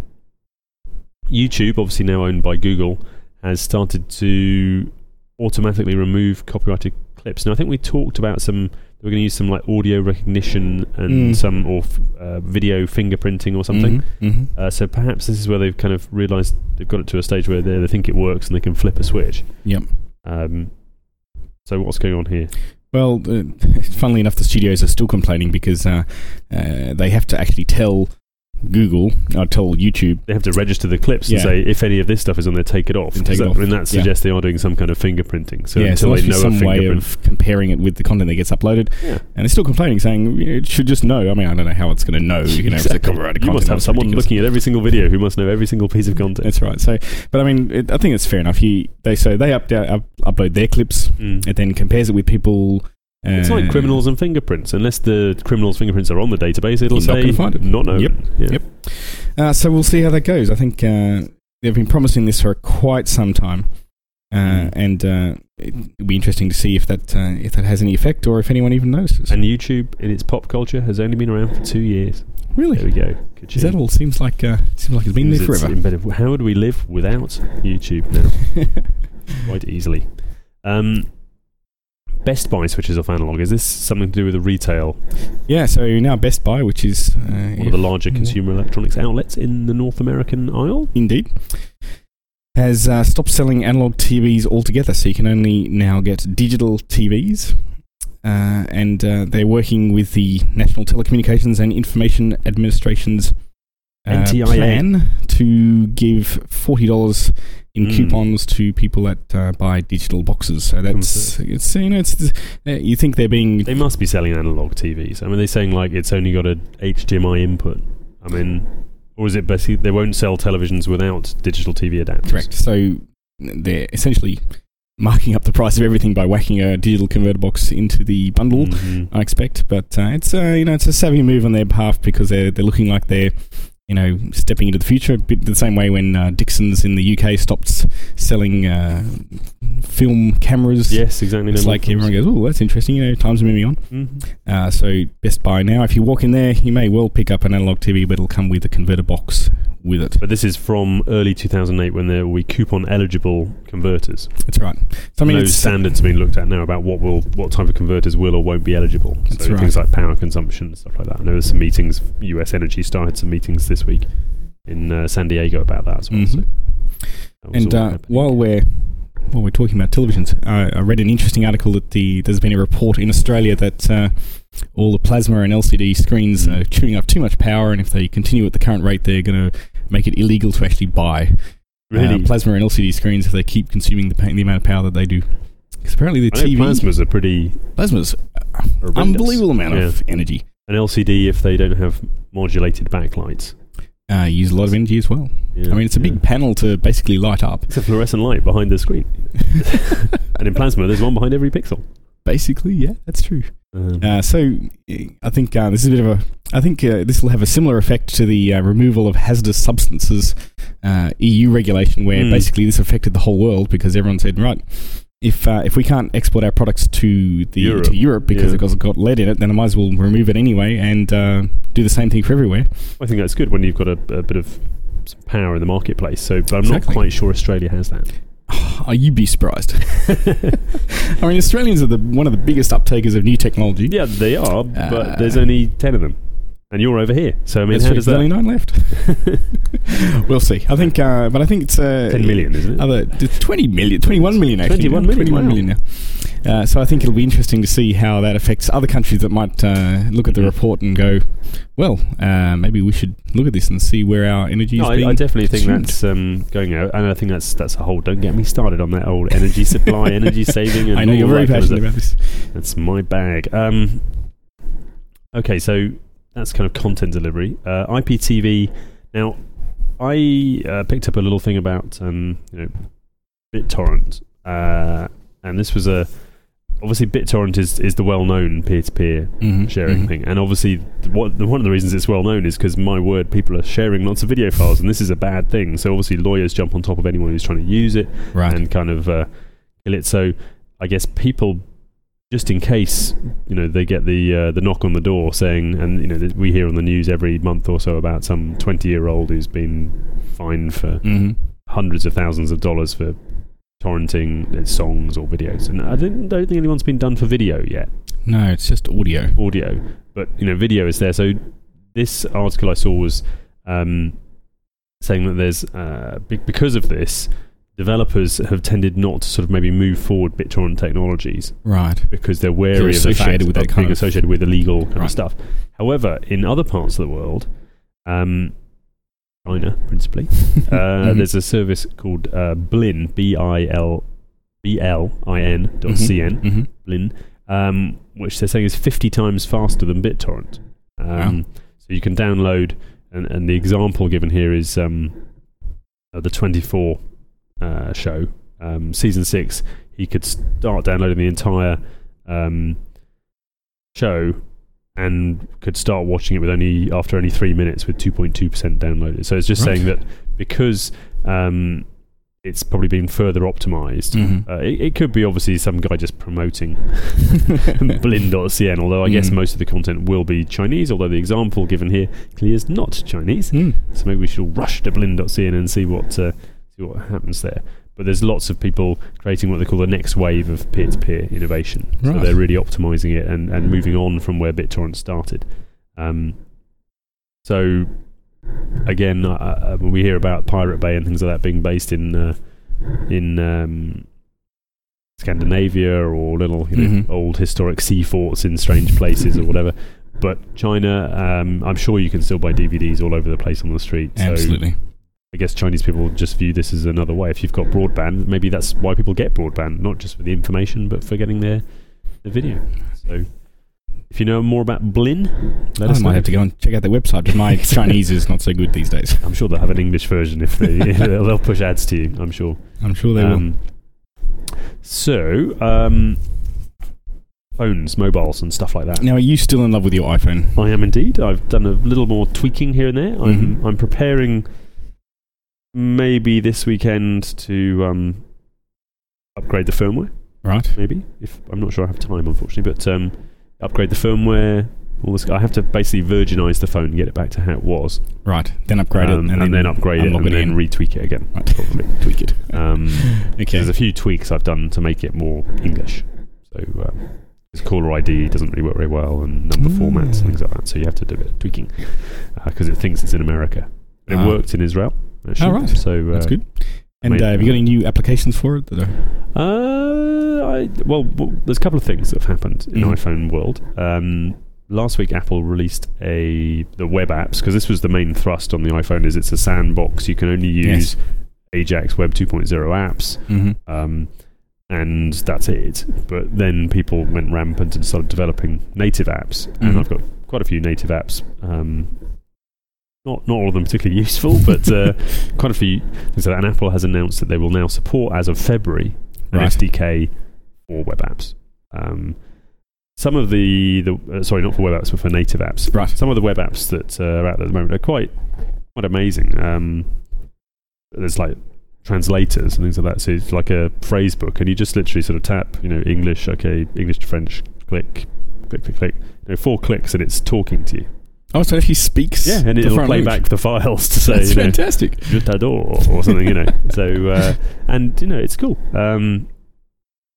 [SPEAKER 2] YouTube, obviously now owned by Google, has started to automatically remove copyrighted clips. Now I think we talked about some. We're going to use some like audio recognition and
[SPEAKER 1] Mm.
[SPEAKER 2] some or f- uh, video fingerprinting or something.
[SPEAKER 1] hmm
[SPEAKER 2] Uh, so perhaps this is where they've kind of realised they've got it to a stage where they, they think it works and they can flip a switch.
[SPEAKER 1] Yep.
[SPEAKER 2] Um, so what's going on here?
[SPEAKER 1] Well, uh, funnily enough, the studios are still complaining because uh, uh, they have to actually tell Google or tell YouTube
[SPEAKER 2] They have to register the clips and
[SPEAKER 1] Yeah.
[SPEAKER 2] say if any of this stuff is on there, take it off.
[SPEAKER 1] And
[SPEAKER 2] Does
[SPEAKER 1] take it
[SPEAKER 2] that,
[SPEAKER 1] off.
[SPEAKER 2] And that
[SPEAKER 1] Yeah.
[SPEAKER 2] suggests they are doing some kind of fingerprinting. So
[SPEAKER 1] yeah,
[SPEAKER 2] until
[SPEAKER 1] so
[SPEAKER 2] they
[SPEAKER 1] there
[SPEAKER 2] know
[SPEAKER 1] must
[SPEAKER 2] a
[SPEAKER 1] be some way
[SPEAKER 2] fingerprint,
[SPEAKER 1] of comparing it with the content that gets uploaded.
[SPEAKER 2] Yeah.
[SPEAKER 1] And they're still complaining, saying you know, it should just know. I mean, I don't know how it's going to know. Oh, You know, if it's a
[SPEAKER 2] Exactly.
[SPEAKER 1] copyrighted
[SPEAKER 2] you
[SPEAKER 1] content.
[SPEAKER 2] must have
[SPEAKER 1] That's
[SPEAKER 2] someone
[SPEAKER 1] ridiculous.
[SPEAKER 2] looking at every single video who must know every single piece of content.
[SPEAKER 1] That's right. So, but I mean, it, I think it's fair enough. You, they so they up, uh, up, upload their clips.
[SPEAKER 2] Mm.
[SPEAKER 1] It then compares it with people. Uh,
[SPEAKER 2] It's like criminals and fingerprints. Unless the criminals' fingerprints are on the database, it'll
[SPEAKER 1] You're not
[SPEAKER 2] say
[SPEAKER 1] gonna find it.
[SPEAKER 2] not known.
[SPEAKER 1] Yep.
[SPEAKER 2] Yeah.
[SPEAKER 1] Yep. Uh, so we'll see how that goes. I think uh, they've been promising this for quite some time, uh,
[SPEAKER 2] Hmm.
[SPEAKER 1] and uh, it'll be interesting to see if that uh, if that has any effect or if anyone even notices.
[SPEAKER 2] And YouTube, in its pop culture, has only been around for two years. There
[SPEAKER 1] really,
[SPEAKER 2] we go. Good
[SPEAKER 1] is that all? Seems like uh, seems like it's been there
[SPEAKER 2] It's- it's
[SPEAKER 1] forever.
[SPEAKER 2] embedded. How would we live without YouTube now? Quite easily. Um, Best Buy switches off analog. Is this something to do with the retail,
[SPEAKER 1] yeah. So now Best Buy, which is uh,
[SPEAKER 2] one of the larger
[SPEAKER 1] Yeah.
[SPEAKER 2] consumer electronics outlets in the North American aisle?
[SPEAKER 1] Indeed. Has uh, stopped selling analog TVs altogether, so you can only now get digital TVs. Uh, and uh, they're working with the National Telecommunications and Information Administration's uh,
[SPEAKER 2] NTIA.
[SPEAKER 1] plan to give forty dollars in
[SPEAKER 2] Mm.
[SPEAKER 1] coupons to people that uh, buy digital boxes. So that's it's you know it's uh, you think they're being
[SPEAKER 2] They must be selling analog TVs. I mean, they're saying like it's only got a HDMI input. I mean, or is it basically they won't sell televisions without digital TV adapters?
[SPEAKER 1] Correct. So they're essentially marking up the price of everything by whacking a digital converter box into the bundle.
[SPEAKER 2] Mhm.
[SPEAKER 1] I expect, but uh, it's a you know it's a savvy move on their behalf because they're they're looking like they're you know stepping into the future. A bit the same way when uh, Dixon's in the UK stopped s- selling uh, film cameras.
[SPEAKER 2] Yes, exactly.
[SPEAKER 1] It's
[SPEAKER 2] no
[SPEAKER 1] like
[SPEAKER 2] more
[SPEAKER 1] everyone goes, oh, that's interesting. You know, times are moving on.
[SPEAKER 2] films. Mhm.
[SPEAKER 1] Uh, so Best Buy now, if you walk in there, you may well pick up an analog TV, but it'll come with a converter box with it.
[SPEAKER 2] But this is from early 2008 when there were coupon eligible converters.
[SPEAKER 1] That's right. So I
[SPEAKER 2] I mean,
[SPEAKER 1] mean,
[SPEAKER 2] those
[SPEAKER 1] it's, uh,
[SPEAKER 2] standards are being looked at now about what will what type of converters will or won't be eligible.
[SPEAKER 1] That's
[SPEAKER 2] so
[SPEAKER 1] right.
[SPEAKER 2] things like power consumption and stuff like that. I know there's some meetings. U.S. Energy Star had some meetings this week in uh, San Diego about that as well. So
[SPEAKER 1] Mhm.
[SPEAKER 2] that was
[SPEAKER 1] And
[SPEAKER 2] all
[SPEAKER 1] uh,
[SPEAKER 2] happening.
[SPEAKER 1] while we're while we're talking about televisions, I, I read an interesting article that the there's been a report in Australia that uh, all the plasma and LCD screens
[SPEAKER 2] Mm.
[SPEAKER 1] are chewing up too much power, and if they continue at the current rate, they're going to make it illegal to actually buy uh,
[SPEAKER 2] really,
[SPEAKER 1] plasma and LCD screens if they keep consuming the, pa- the amount of power that they do. Because apparently the
[SPEAKER 2] I know
[SPEAKER 1] TV
[SPEAKER 2] plasmas are pretty
[SPEAKER 1] plasma's
[SPEAKER 2] horrendous.
[SPEAKER 1] unbelievable amount
[SPEAKER 2] Yeah.
[SPEAKER 1] of energy.
[SPEAKER 2] An LCD if they don't have modulated backlights.
[SPEAKER 1] Uh, use a lot of energy as well.
[SPEAKER 2] Yeah,
[SPEAKER 1] I mean, it's a
[SPEAKER 2] yeah.
[SPEAKER 1] big panel to basically light up.
[SPEAKER 2] It's a fluorescent light behind the screen, and in plasma, there's one behind every pixel.
[SPEAKER 1] basically, yeah, that's true.
[SPEAKER 2] Um,
[SPEAKER 1] Uh, so uh, I think uh, this is a bit of a. I think uh, this will have a similar effect to the uh, removal of hazardous substances uh, EU regulation, where
[SPEAKER 2] Hmm.
[SPEAKER 1] basically this affected the whole world because everyone said, right, if uh, if we can't export our products to the
[SPEAKER 2] Europe.
[SPEAKER 1] to Europe because
[SPEAKER 2] Yeah.
[SPEAKER 1] it's got lead in it, then I might as well remove it anyway and uh, do the same thing for everywhere.
[SPEAKER 2] I think that's good when you've got a, a bit of some power in the marketplace. So, but I'm not
[SPEAKER 1] Exactly.
[SPEAKER 2] quite sure Australia has that.
[SPEAKER 1] Oh, you'd be surprised. I mean, Australians are the one of the biggest uptakers of new technology.
[SPEAKER 2] Yeah, they are, but
[SPEAKER 1] Uh,
[SPEAKER 2] there's only ten of them, and you're over here. So I mean,
[SPEAKER 1] That's
[SPEAKER 2] how
[SPEAKER 1] right,
[SPEAKER 2] does
[SPEAKER 1] there's only
[SPEAKER 2] that?
[SPEAKER 1] nine left. we'll see. I think, uh, but I think it's uh,
[SPEAKER 2] Ten million, isn't it?
[SPEAKER 1] other d- 20 million 21 million actually
[SPEAKER 2] 21 million,
[SPEAKER 1] now uh, so I think it'll be interesting to see how that affects other countries that might uh, look at the
[SPEAKER 2] Mhm.
[SPEAKER 1] report and go, well, uh, maybe we should look at this and see where our energy is
[SPEAKER 2] No,
[SPEAKER 1] being.
[SPEAKER 2] I, I definitely think
[SPEAKER 1] consumed.
[SPEAKER 2] that's um, going out, and I think that's that's a whole. Don't get me started on that old energy supply, energy saving. And
[SPEAKER 1] I know
[SPEAKER 2] all
[SPEAKER 1] you're
[SPEAKER 2] that
[SPEAKER 1] very
[SPEAKER 2] kind of
[SPEAKER 1] passionate
[SPEAKER 2] stuff.
[SPEAKER 1] about this.
[SPEAKER 2] That's my bag. Um, okay, so that's kind of content delivery. Uh, IPTV. Now, I uh, picked up a little thing about um, you know BitTorrent, uh, and this was a obviously BitTorrent is is the well known peer to peer
[SPEAKER 1] Mhm,
[SPEAKER 2] sharing
[SPEAKER 1] mhm.
[SPEAKER 2] thing. And obviously, th- what the, one of the reasons it's well known is because my word, people are sharing lots of video files, and this is a bad thing. So obviously, lawyers jump on top of anyone who's trying to use it
[SPEAKER 1] Right.
[SPEAKER 2] and kind of uh, kill it. So I guess people just in case you know they get the uh, the knock on the door saying, and you know that we hear on the news every month or so about some twenty year old who's been fined for
[SPEAKER 1] Mm-hmm.
[SPEAKER 2] hundreds of thousands of dollars for torrenting uh, songs or videos, and I didn't, don't think anyone's been done for video yet,
[SPEAKER 1] No, it's just audio.
[SPEAKER 2] audio, but you know video is there. So this article I saw was um, saying that there's uh, be- because of this. Developers have tended not to sort of maybe move forward BitTorrent technologies
[SPEAKER 1] Right.
[SPEAKER 2] because they're wary of the
[SPEAKER 1] associated
[SPEAKER 2] fact
[SPEAKER 1] with
[SPEAKER 2] of
[SPEAKER 1] that kind
[SPEAKER 2] being
[SPEAKER 1] of-
[SPEAKER 2] associated with illegal kind
[SPEAKER 1] Right.
[SPEAKER 2] of stuff. However, in other parts of the world, um, China principally, uh,
[SPEAKER 1] Mhm.
[SPEAKER 2] there's a service called uh, Blin, B I L B L I N dot
[SPEAKER 1] Mhm.
[SPEAKER 2] C N,
[SPEAKER 1] Mhm.
[SPEAKER 2] Blin, um, which they're saying is 50 times faster than BitTorrent. Um, So you can download, and, and the example given here is um, uh, the 24 uh, show, um, season six. He could start downloading the entire um, show and could start watching it with only after only three minutes with 2.2 percent downloaded. So it's just
[SPEAKER 1] Right.
[SPEAKER 2] saying that because um, it's probably been further optimized.
[SPEAKER 1] Mhm.
[SPEAKER 2] Uh, it, it could be obviously some guy just promoting
[SPEAKER 1] Mm-hmm.
[SPEAKER 2] blin.cn, although I guess
[SPEAKER 1] Mm.
[SPEAKER 2] most of the content will be Chinese, although the example given here clearly is not Chinese.
[SPEAKER 1] Mm.
[SPEAKER 2] So maybe we should all rush to blin.cn and see what, uh, see what happens there. But there's lots of people creating what they call the next wave of peer to peer innovation. So
[SPEAKER 1] Right.
[SPEAKER 2] they're really optimizing it and, and moving on from where BitTorrent started. Um, so again, uh, uh, when we hear about Pirate Bay and things like that being based in uh, in um, Scandinavia or little you know,
[SPEAKER 1] Mhm.
[SPEAKER 2] old historic sea forts in strange places or whatever. But China, um, I'm sure you can still buy DVDs all over the place on the street. So
[SPEAKER 1] Absolutely.
[SPEAKER 2] I guess Chinese people just view this as another way. If you've got broadband, maybe that's why people get broadband, not just for the information, but for getting their the video. So if you know more about Blin, let
[SPEAKER 1] I
[SPEAKER 2] us know.
[SPEAKER 1] might have to go and check out their website, but my Chinese is not so good these days.
[SPEAKER 2] I'm sure they'll have an English version if they they'll push ads to you. I'm sure.
[SPEAKER 1] I'm sure they will.
[SPEAKER 2] Um, So um, phones, mobiles, and stuff like that.
[SPEAKER 1] Now, are you still in love with your iPhone?
[SPEAKER 2] I am indeed. I've done a little more tweaking here and there. I'm
[SPEAKER 1] Mhm.
[SPEAKER 2] I'm preparing maybe this weekend to um, upgrade the firmware.
[SPEAKER 1] Right.
[SPEAKER 2] Maybe if I'm not sure I have time, unfortunately, but um, upgrade the firmware. All this, I have to basically virginize the phone and get it back to how it was,
[SPEAKER 1] Right. Then upgrade
[SPEAKER 2] um,
[SPEAKER 1] it,
[SPEAKER 2] and, then, upgrade it,
[SPEAKER 1] unlock
[SPEAKER 2] and
[SPEAKER 1] it
[SPEAKER 2] then
[SPEAKER 1] in.
[SPEAKER 2] retweak it again.
[SPEAKER 1] Right.
[SPEAKER 2] Probably.
[SPEAKER 1] tweak it.
[SPEAKER 2] Um,
[SPEAKER 1] Okay.
[SPEAKER 2] There's a few tweaks I've done to make it more English. So um, his caller ID doesn't really work very well, and number
[SPEAKER 1] Mm.
[SPEAKER 2] formats and things like that. So you have to do a bit of tweaking because it thinks it's in America. But it
[SPEAKER 1] Ah. Oh,
[SPEAKER 2] worked in Israel. Actually.
[SPEAKER 1] right.
[SPEAKER 2] So uh,
[SPEAKER 1] That's good. And
[SPEAKER 2] made-
[SPEAKER 1] uh, have you got any new applications for it? that are-
[SPEAKER 2] Uh, I, well, w- there's a couple of things that have happened in
[SPEAKER 1] Mhm.
[SPEAKER 2] iPhone world. Um, last week, Apple released a the web apps because this was the main thrust on the iPhone. Is it's a sandbox. You can only use
[SPEAKER 1] Yes.
[SPEAKER 2] Ajax Web 2.0 apps.
[SPEAKER 1] Mhm.
[SPEAKER 2] um, and that's it. But then people went rampant and started developing native apps, and
[SPEAKER 1] Mhm.
[SPEAKER 2] I've got quite a few native apps. Um, not not all of them particularly useful, but uh, quite a few. things like that. And Apple has announced that they will now support as of February an
[SPEAKER 1] Right.
[SPEAKER 2] SDK for web apps. Um, some of the, the uh, sorry, not for web apps, but for native apps
[SPEAKER 1] Right.
[SPEAKER 2] some of the web apps that uh, are out there at the moment are quite quite amazing. Um, there's like translators and things like that. So it's like a phrase book, and you just literally sort of tap, you know, English, okay, English to French, click, click, click, click. You know, four clicks, and it's talking to you.
[SPEAKER 1] Oh, so if he speaks,
[SPEAKER 2] Yeah, and
[SPEAKER 1] the
[SPEAKER 2] it'll
[SPEAKER 1] foreign
[SPEAKER 2] play
[SPEAKER 1] language.
[SPEAKER 2] back the files to say,
[SPEAKER 1] That's
[SPEAKER 2] you know,
[SPEAKER 1] fantastic.
[SPEAKER 2] je t'adore or something, you know. So uh, and you know, it's cool. Um,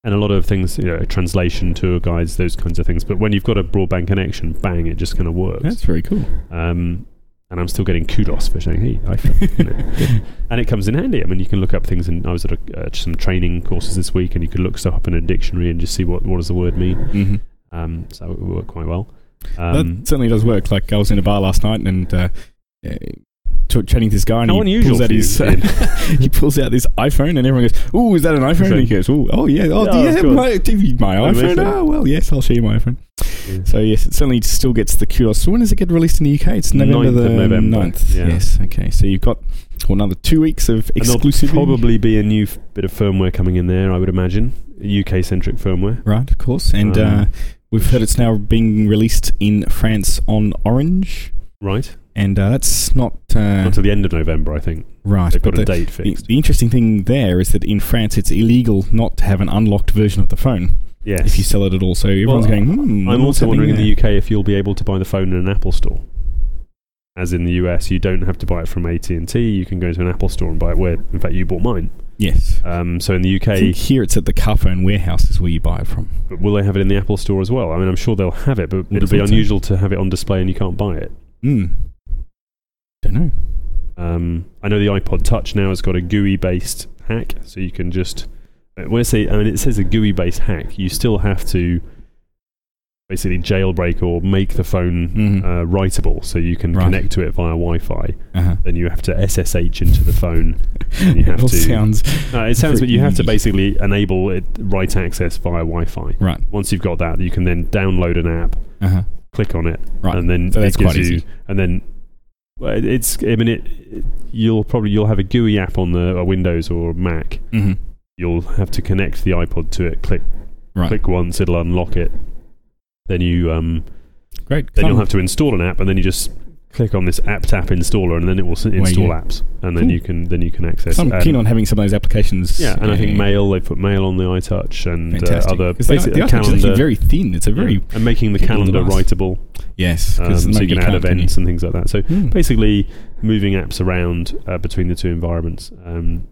[SPEAKER 2] and a lot of things, you know, translation, tour guides, those kinds of things. But when you've got a broadband connection, bang, it just kind of works.
[SPEAKER 1] That's very cool.
[SPEAKER 2] Um, and I'm still getting kudos for saying, hey, I felt you
[SPEAKER 1] Mm-hmm.
[SPEAKER 2] know, good." And it comes in handy. I mean, you can look up things, and I was at a, uh, some training courses this week, and you could look stuff up in a dictionary and just see what, what does the word mean.
[SPEAKER 1] Mhm.
[SPEAKER 2] Um, so it worked quite well.
[SPEAKER 1] that
[SPEAKER 2] Um,
[SPEAKER 1] certainly does work. Like I was in a bar last night and uh, uh, t- chatting to this guy, and
[SPEAKER 2] how
[SPEAKER 1] he
[SPEAKER 2] unusual
[SPEAKER 1] pulls, uh, out
[SPEAKER 2] for you,
[SPEAKER 1] his,
[SPEAKER 2] Ian.
[SPEAKER 1] he pulls out this iPhone, and everyone goes, "Oh, is that an iPhone?"
[SPEAKER 2] So-
[SPEAKER 1] and he goes, "Oh, oh yeah, oh,
[SPEAKER 2] Oh,
[SPEAKER 1] do you
[SPEAKER 2] of
[SPEAKER 1] have
[SPEAKER 2] course.
[SPEAKER 1] my, do you- my
[SPEAKER 2] Amazing.
[SPEAKER 1] iPhone? Oh, well, yes, I'll show you my iPhone."
[SPEAKER 2] Yeah.
[SPEAKER 1] So yes, it certainly still gets the kudos. So when does it get released in the UK? It's November
[SPEAKER 2] 9th of
[SPEAKER 1] the
[SPEAKER 2] November,
[SPEAKER 1] 9th.
[SPEAKER 2] yeah.
[SPEAKER 1] Yes. Okay. So you've got well, another two weeks of
[SPEAKER 2] And there'll
[SPEAKER 1] exclusivity.
[SPEAKER 2] probably be a new f- bit of firmware coming in there, I would imagine. UK centric firmware.
[SPEAKER 1] Right, of course. And
[SPEAKER 2] Um,
[SPEAKER 1] uh, we've heard it's now being released in France on Orange.
[SPEAKER 2] Right.
[SPEAKER 1] and uh, that's not uh,
[SPEAKER 2] until the end of November, I think.
[SPEAKER 1] right.
[SPEAKER 2] They've got
[SPEAKER 1] but the,
[SPEAKER 2] a date
[SPEAKER 1] the,
[SPEAKER 2] fixed.
[SPEAKER 1] the interesting thing there is that in France, it's illegal not to have an unlocked version of the phone
[SPEAKER 2] Yes.
[SPEAKER 1] if you sell it at all. So everyone's
[SPEAKER 2] Well,
[SPEAKER 1] going. Hmm, what's
[SPEAKER 2] I'm also
[SPEAKER 1] happening
[SPEAKER 2] wondering in
[SPEAKER 1] there?"
[SPEAKER 2] the UK if you'll be able to buy the phone in an Apple store. As in the US, you don't have to buy it from AT and T. You can go to an Apple store and buy it. Where, in fact, you bought mine.
[SPEAKER 1] Yes.
[SPEAKER 2] Um, so in the
[SPEAKER 1] I think
[SPEAKER 2] UK,
[SPEAKER 1] here it's at the car phone warehouse is where you buy it from.
[SPEAKER 2] but will they have it in the Apple store as well? I mean, I'm sure they'll have it, but
[SPEAKER 1] Would
[SPEAKER 2] it'll
[SPEAKER 1] have
[SPEAKER 2] be
[SPEAKER 1] thought so.
[SPEAKER 2] unusual to have it on display and you can't buy it.
[SPEAKER 1] Hmm. Don't know.
[SPEAKER 2] Um, I know the iPod Touch now has got a GUI-based hack, so you can just uh, when I say I mean it says a GUI-based hack, you still have to basically jailbreak or make the phone
[SPEAKER 1] Mhm.
[SPEAKER 2] uh, writable, so you can
[SPEAKER 1] Right.
[SPEAKER 2] connect to it via Wi-Fi.
[SPEAKER 1] Uh-huh.
[SPEAKER 2] Then you have to SSH into the phone. And you have
[SPEAKER 1] it all
[SPEAKER 2] to-
[SPEAKER 1] sounds
[SPEAKER 2] No, it sounds, but you have to
[SPEAKER 1] Free.
[SPEAKER 2] basically enable it write access via Wi-Fi.
[SPEAKER 1] right.
[SPEAKER 2] Once you've got that, you can then download an app,
[SPEAKER 1] Uh-huh.
[SPEAKER 2] click on it,
[SPEAKER 1] Right.
[SPEAKER 2] and then
[SPEAKER 1] So
[SPEAKER 2] it
[SPEAKER 1] that's
[SPEAKER 2] gives
[SPEAKER 1] quite
[SPEAKER 2] you,
[SPEAKER 1] easy.
[SPEAKER 2] and then well, it- it's. I mean, it, it- You'll probably you'll have a GUI app on the a Windows or a Mac.
[SPEAKER 1] Mhm.
[SPEAKER 2] You'll have to connect the iPod to it. Click,
[SPEAKER 1] Right.
[SPEAKER 2] click once, it'll unlock it. Then you um,
[SPEAKER 1] Great.
[SPEAKER 2] then you'll
[SPEAKER 1] Fun.
[SPEAKER 2] have to install an app, and then you just click on this AppTap installer, and then it will s- install
[SPEAKER 1] you-
[SPEAKER 2] apps, and then
[SPEAKER 1] Cool.
[SPEAKER 2] you can then you can access.
[SPEAKER 1] I'm
[SPEAKER 2] and-
[SPEAKER 1] keen on having some of those applications.
[SPEAKER 2] yeah, and I think
[SPEAKER 1] uh,
[SPEAKER 2] mail they put mail on the iTouch and uh,
[SPEAKER 1] Fantastic.
[SPEAKER 2] other
[SPEAKER 1] 'Cause the-
[SPEAKER 2] basically
[SPEAKER 1] the
[SPEAKER 2] a
[SPEAKER 1] iPhone is actually
[SPEAKER 2] calendar.
[SPEAKER 1] very thin. It's a very
[SPEAKER 2] yeah, and making the
[SPEAKER 1] thin little
[SPEAKER 2] calendar
[SPEAKER 1] device.
[SPEAKER 2] writable,
[SPEAKER 1] yes.
[SPEAKER 2] um,
[SPEAKER 1] 'cause at the
[SPEAKER 2] so
[SPEAKER 1] moment
[SPEAKER 2] you can add
[SPEAKER 1] can't,
[SPEAKER 2] events and things like that. So
[SPEAKER 1] you? Hmm.
[SPEAKER 2] basically moving apps around uh, between the two environments. Um,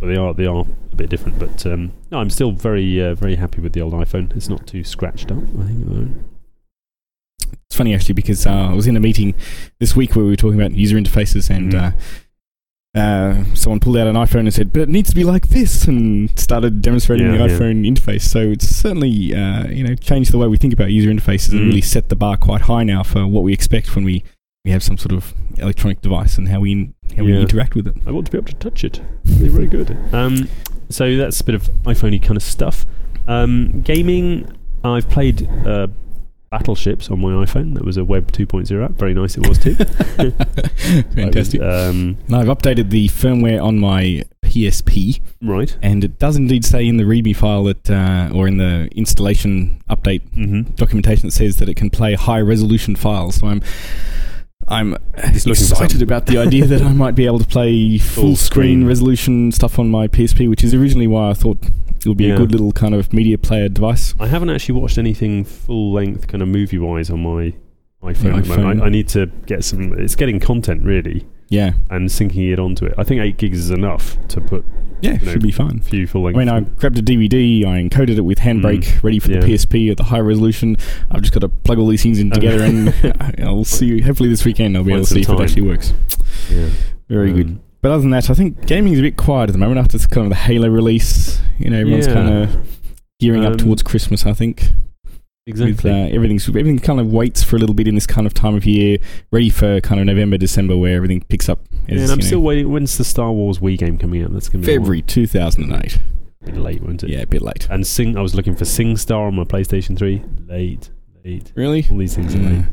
[SPEAKER 2] but they are they are a bit different. But um, no, I'm still very uh, very happy with the old iPhone. It's not too scratched up. I think. at the moment.
[SPEAKER 1] It's funny actually because uh, I was in a meeting this week where we were talking about user interfaces and.
[SPEAKER 2] Mhm.
[SPEAKER 1] Uh, uh, someone pulled out an iPhone and said, "But it needs to be like this," and started demonstrating
[SPEAKER 2] Yeah,
[SPEAKER 1] the
[SPEAKER 2] yeah.
[SPEAKER 1] iPhone interface. So it's certainly uh, you know changed the way we think about user interfaces and
[SPEAKER 2] Mm.
[SPEAKER 1] really set the bar quite high now for what we expect when we, we have some sort of electronic device and how we in, how we
[SPEAKER 2] Yeah.
[SPEAKER 1] interact with it.
[SPEAKER 2] I want to be able to touch it. They're very good. Um, so that's a bit of iPhoney kind of stuff. Um, gaming. I've played uh, Battleships on my iPhone. That was a Web 2.0 app. Very nice it was too.
[SPEAKER 1] Fantastic.
[SPEAKER 2] Um,
[SPEAKER 1] And I've updated the firmware on my PSP,
[SPEAKER 2] right.
[SPEAKER 1] and it does indeed say in the README file that, uh, or in the installation update
[SPEAKER 2] Mm-hmm.
[SPEAKER 1] documentation, that says that it can play high-resolution files. So I'm, I'm
[SPEAKER 2] Just looking for
[SPEAKER 1] excited
[SPEAKER 2] something.
[SPEAKER 1] about the idea that I might be able to play
[SPEAKER 2] Full
[SPEAKER 1] full
[SPEAKER 2] screen.
[SPEAKER 1] screen resolution stuff on my PSP, which is originally why I thought it would be
[SPEAKER 2] Yeah.
[SPEAKER 1] a good little kind of media player device.
[SPEAKER 2] I haven't actually watched anything full length kind of movie wise on my iPhone. At the
[SPEAKER 1] iPhone.
[SPEAKER 2] moment. I, I need to get some. It's getting content really
[SPEAKER 1] Yeah,
[SPEAKER 2] and syncing it onto it. I think eight gigs is enough to put
[SPEAKER 1] yeah,
[SPEAKER 2] No.
[SPEAKER 1] should be fine.
[SPEAKER 2] a few full
[SPEAKER 1] I
[SPEAKER 2] length.
[SPEAKER 1] mean, I grabbed a DVD, I encoded it with Handbrake, ready for
[SPEAKER 2] Mm. yeah.
[SPEAKER 1] the PSP at the high resolution. I've just got to plug all these things in
[SPEAKER 2] Okay.
[SPEAKER 1] together, and I'll see. Hopefully, this weekend I'll be
[SPEAKER 2] Find
[SPEAKER 1] able to
[SPEAKER 2] some
[SPEAKER 1] see if
[SPEAKER 2] time.
[SPEAKER 1] it actually works.
[SPEAKER 2] yeah.
[SPEAKER 1] Very
[SPEAKER 2] Um,
[SPEAKER 1] good. But other than that, I think gaming's a bit quiet at the moment after it's kind of the Halo release. You know, everyone's
[SPEAKER 2] Yeah.
[SPEAKER 1] kind of gearing
[SPEAKER 2] Um,
[SPEAKER 1] up towards Christmas. I think
[SPEAKER 2] Exactly.
[SPEAKER 1] with uh, everything's everything kind of waits for a little bit in this kind of time of year, ready for kind of November, December, where everything picks up.
[SPEAKER 2] Yeah,
[SPEAKER 1] as,
[SPEAKER 2] and I'm
[SPEAKER 1] you know,
[SPEAKER 2] still waiting. When's the Star Wars Wii game coming out? That's going to be a
[SPEAKER 1] February 2008.
[SPEAKER 2] while. Be late, won't it?
[SPEAKER 1] Yeah, a bit late.
[SPEAKER 2] And Sing, I was looking for SingStar on my PlayStation 3. Late, late.
[SPEAKER 1] Really?
[SPEAKER 2] All these things are late.
[SPEAKER 1] Mm.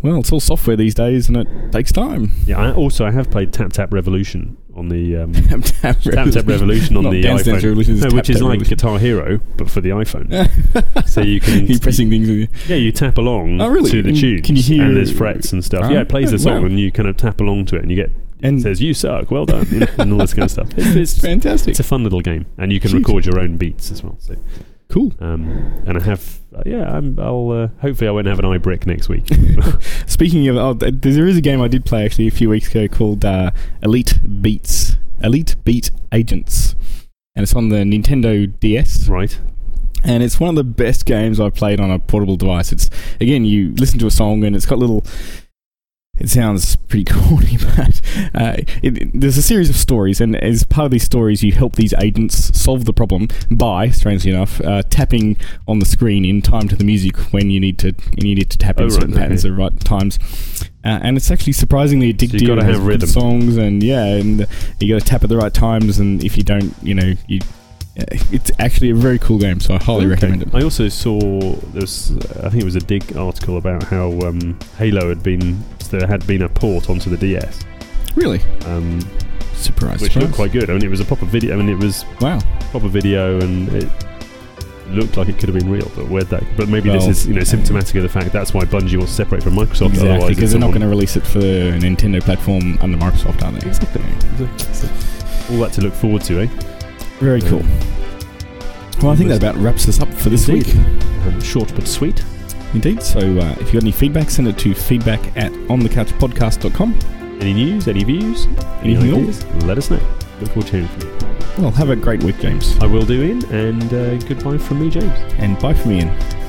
[SPEAKER 1] Well, it's all software these days, and it takes time.
[SPEAKER 2] Yeah. I, also, I have played Tap Tap Revolution on the um,
[SPEAKER 1] Tap Tap
[SPEAKER 2] Tap Tap Revolution on
[SPEAKER 1] Not
[SPEAKER 2] the
[SPEAKER 1] Dance Dance
[SPEAKER 2] iPhone,
[SPEAKER 1] Revolution, it's
[SPEAKER 2] no,
[SPEAKER 1] Tap
[SPEAKER 2] which is
[SPEAKER 1] Tap
[SPEAKER 2] like
[SPEAKER 1] Revolution.
[SPEAKER 2] Guitar Hero but for the iPhone. so you can
[SPEAKER 1] Keep pressing things. With you.
[SPEAKER 2] Yeah, you tap along
[SPEAKER 1] Oh, really?
[SPEAKER 2] to the
[SPEAKER 1] And
[SPEAKER 2] tune.
[SPEAKER 1] can you hear-
[SPEAKER 2] And there's frets and stuff.
[SPEAKER 1] Oh,
[SPEAKER 2] yeah, it plays the
[SPEAKER 1] oh,
[SPEAKER 2] song
[SPEAKER 1] wow.
[SPEAKER 2] and you kind of tap along to it and you get it
[SPEAKER 1] And
[SPEAKER 2] says you suck, well done, you know, and all this kind of stuff. It's, it's,
[SPEAKER 1] fantastic.
[SPEAKER 2] it's a fun little game, and you can
[SPEAKER 1] Cute.
[SPEAKER 2] record your own beats as well. So,
[SPEAKER 1] cool.
[SPEAKER 2] um, and I have, uh, yeah, I'm, I'll uh, hopefully I won't have an eye brick next week.
[SPEAKER 1] Speaking of, oh, th- there is a game I did play actually a few weeks ago called uh, Elite Beats, Elite Beat Agents, and it's on the Nintendo DS.
[SPEAKER 2] right?
[SPEAKER 1] And it's one of the best games I've played on a portable device. It's again, you listen to a song and it's got little. It sounds pretty corny, but uh, it, it- there's a series of stories, and as part of these stories, you help these agents solve the problem by, strangely enough, uh, tapping on the screen in time to the music when you need to. When you need to tap
[SPEAKER 2] Oh,
[SPEAKER 1] in
[SPEAKER 2] right,
[SPEAKER 1] certain
[SPEAKER 2] okay.
[SPEAKER 1] patterns at right times, uh, and it's actually surprisingly addictive.
[SPEAKER 2] gotta
[SPEAKER 1] It has
[SPEAKER 2] have
[SPEAKER 1] good
[SPEAKER 2] rhythm.
[SPEAKER 1] songs, and yeah, and you got to tap at the right times, and if you don't, you know, you. uh, It's actually a very cool game, so I highly
[SPEAKER 2] Okay.
[SPEAKER 1] recommend it.
[SPEAKER 2] I also saw there was, uh, I think it was a Dig article about how um, Halo had been there had been a port onto the DS,
[SPEAKER 1] Really?
[SPEAKER 2] um,
[SPEAKER 1] Surprise,
[SPEAKER 2] which
[SPEAKER 1] surprise.
[SPEAKER 2] looked quite good. I mean, it was a proper video. I mean, it was
[SPEAKER 1] wow.
[SPEAKER 2] proper video and it looked like it could have been real, but where that? But maybe this
[SPEAKER 1] Well,
[SPEAKER 2] is you know symptomatic of the fact that's why Bungie wants to separate from Microsoft.
[SPEAKER 1] exactly,
[SPEAKER 2] otherwise
[SPEAKER 1] because
[SPEAKER 2] it's
[SPEAKER 1] they're not going to
[SPEAKER 2] someone-
[SPEAKER 1] release it for Nintendo platform under Microsoft, are they?
[SPEAKER 2] Exactly.
[SPEAKER 1] So,
[SPEAKER 2] all that to look forward to, eh?
[SPEAKER 1] very cool. Well, I think that about wraps us up for this
[SPEAKER 2] Indeed.
[SPEAKER 1] week.
[SPEAKER 2] Um, short but sweet.
[SPEAKER 1] Indeed. So uh, if you've got any feedback, send it to feedback at onthecouchpodcast.com.
[SPEAKER 2] Any news? Any views? Any
[SPEAKER 1] Anything
[SPEAKER 2] ideas? Let us know. Look forward to hearing from you.
[SPEAKER 1] Well, have a great week, James.
[SPEAKER 2] I will do in, and uh, goodbye from me, James.
[SPEAKER 1] And bye from Ian.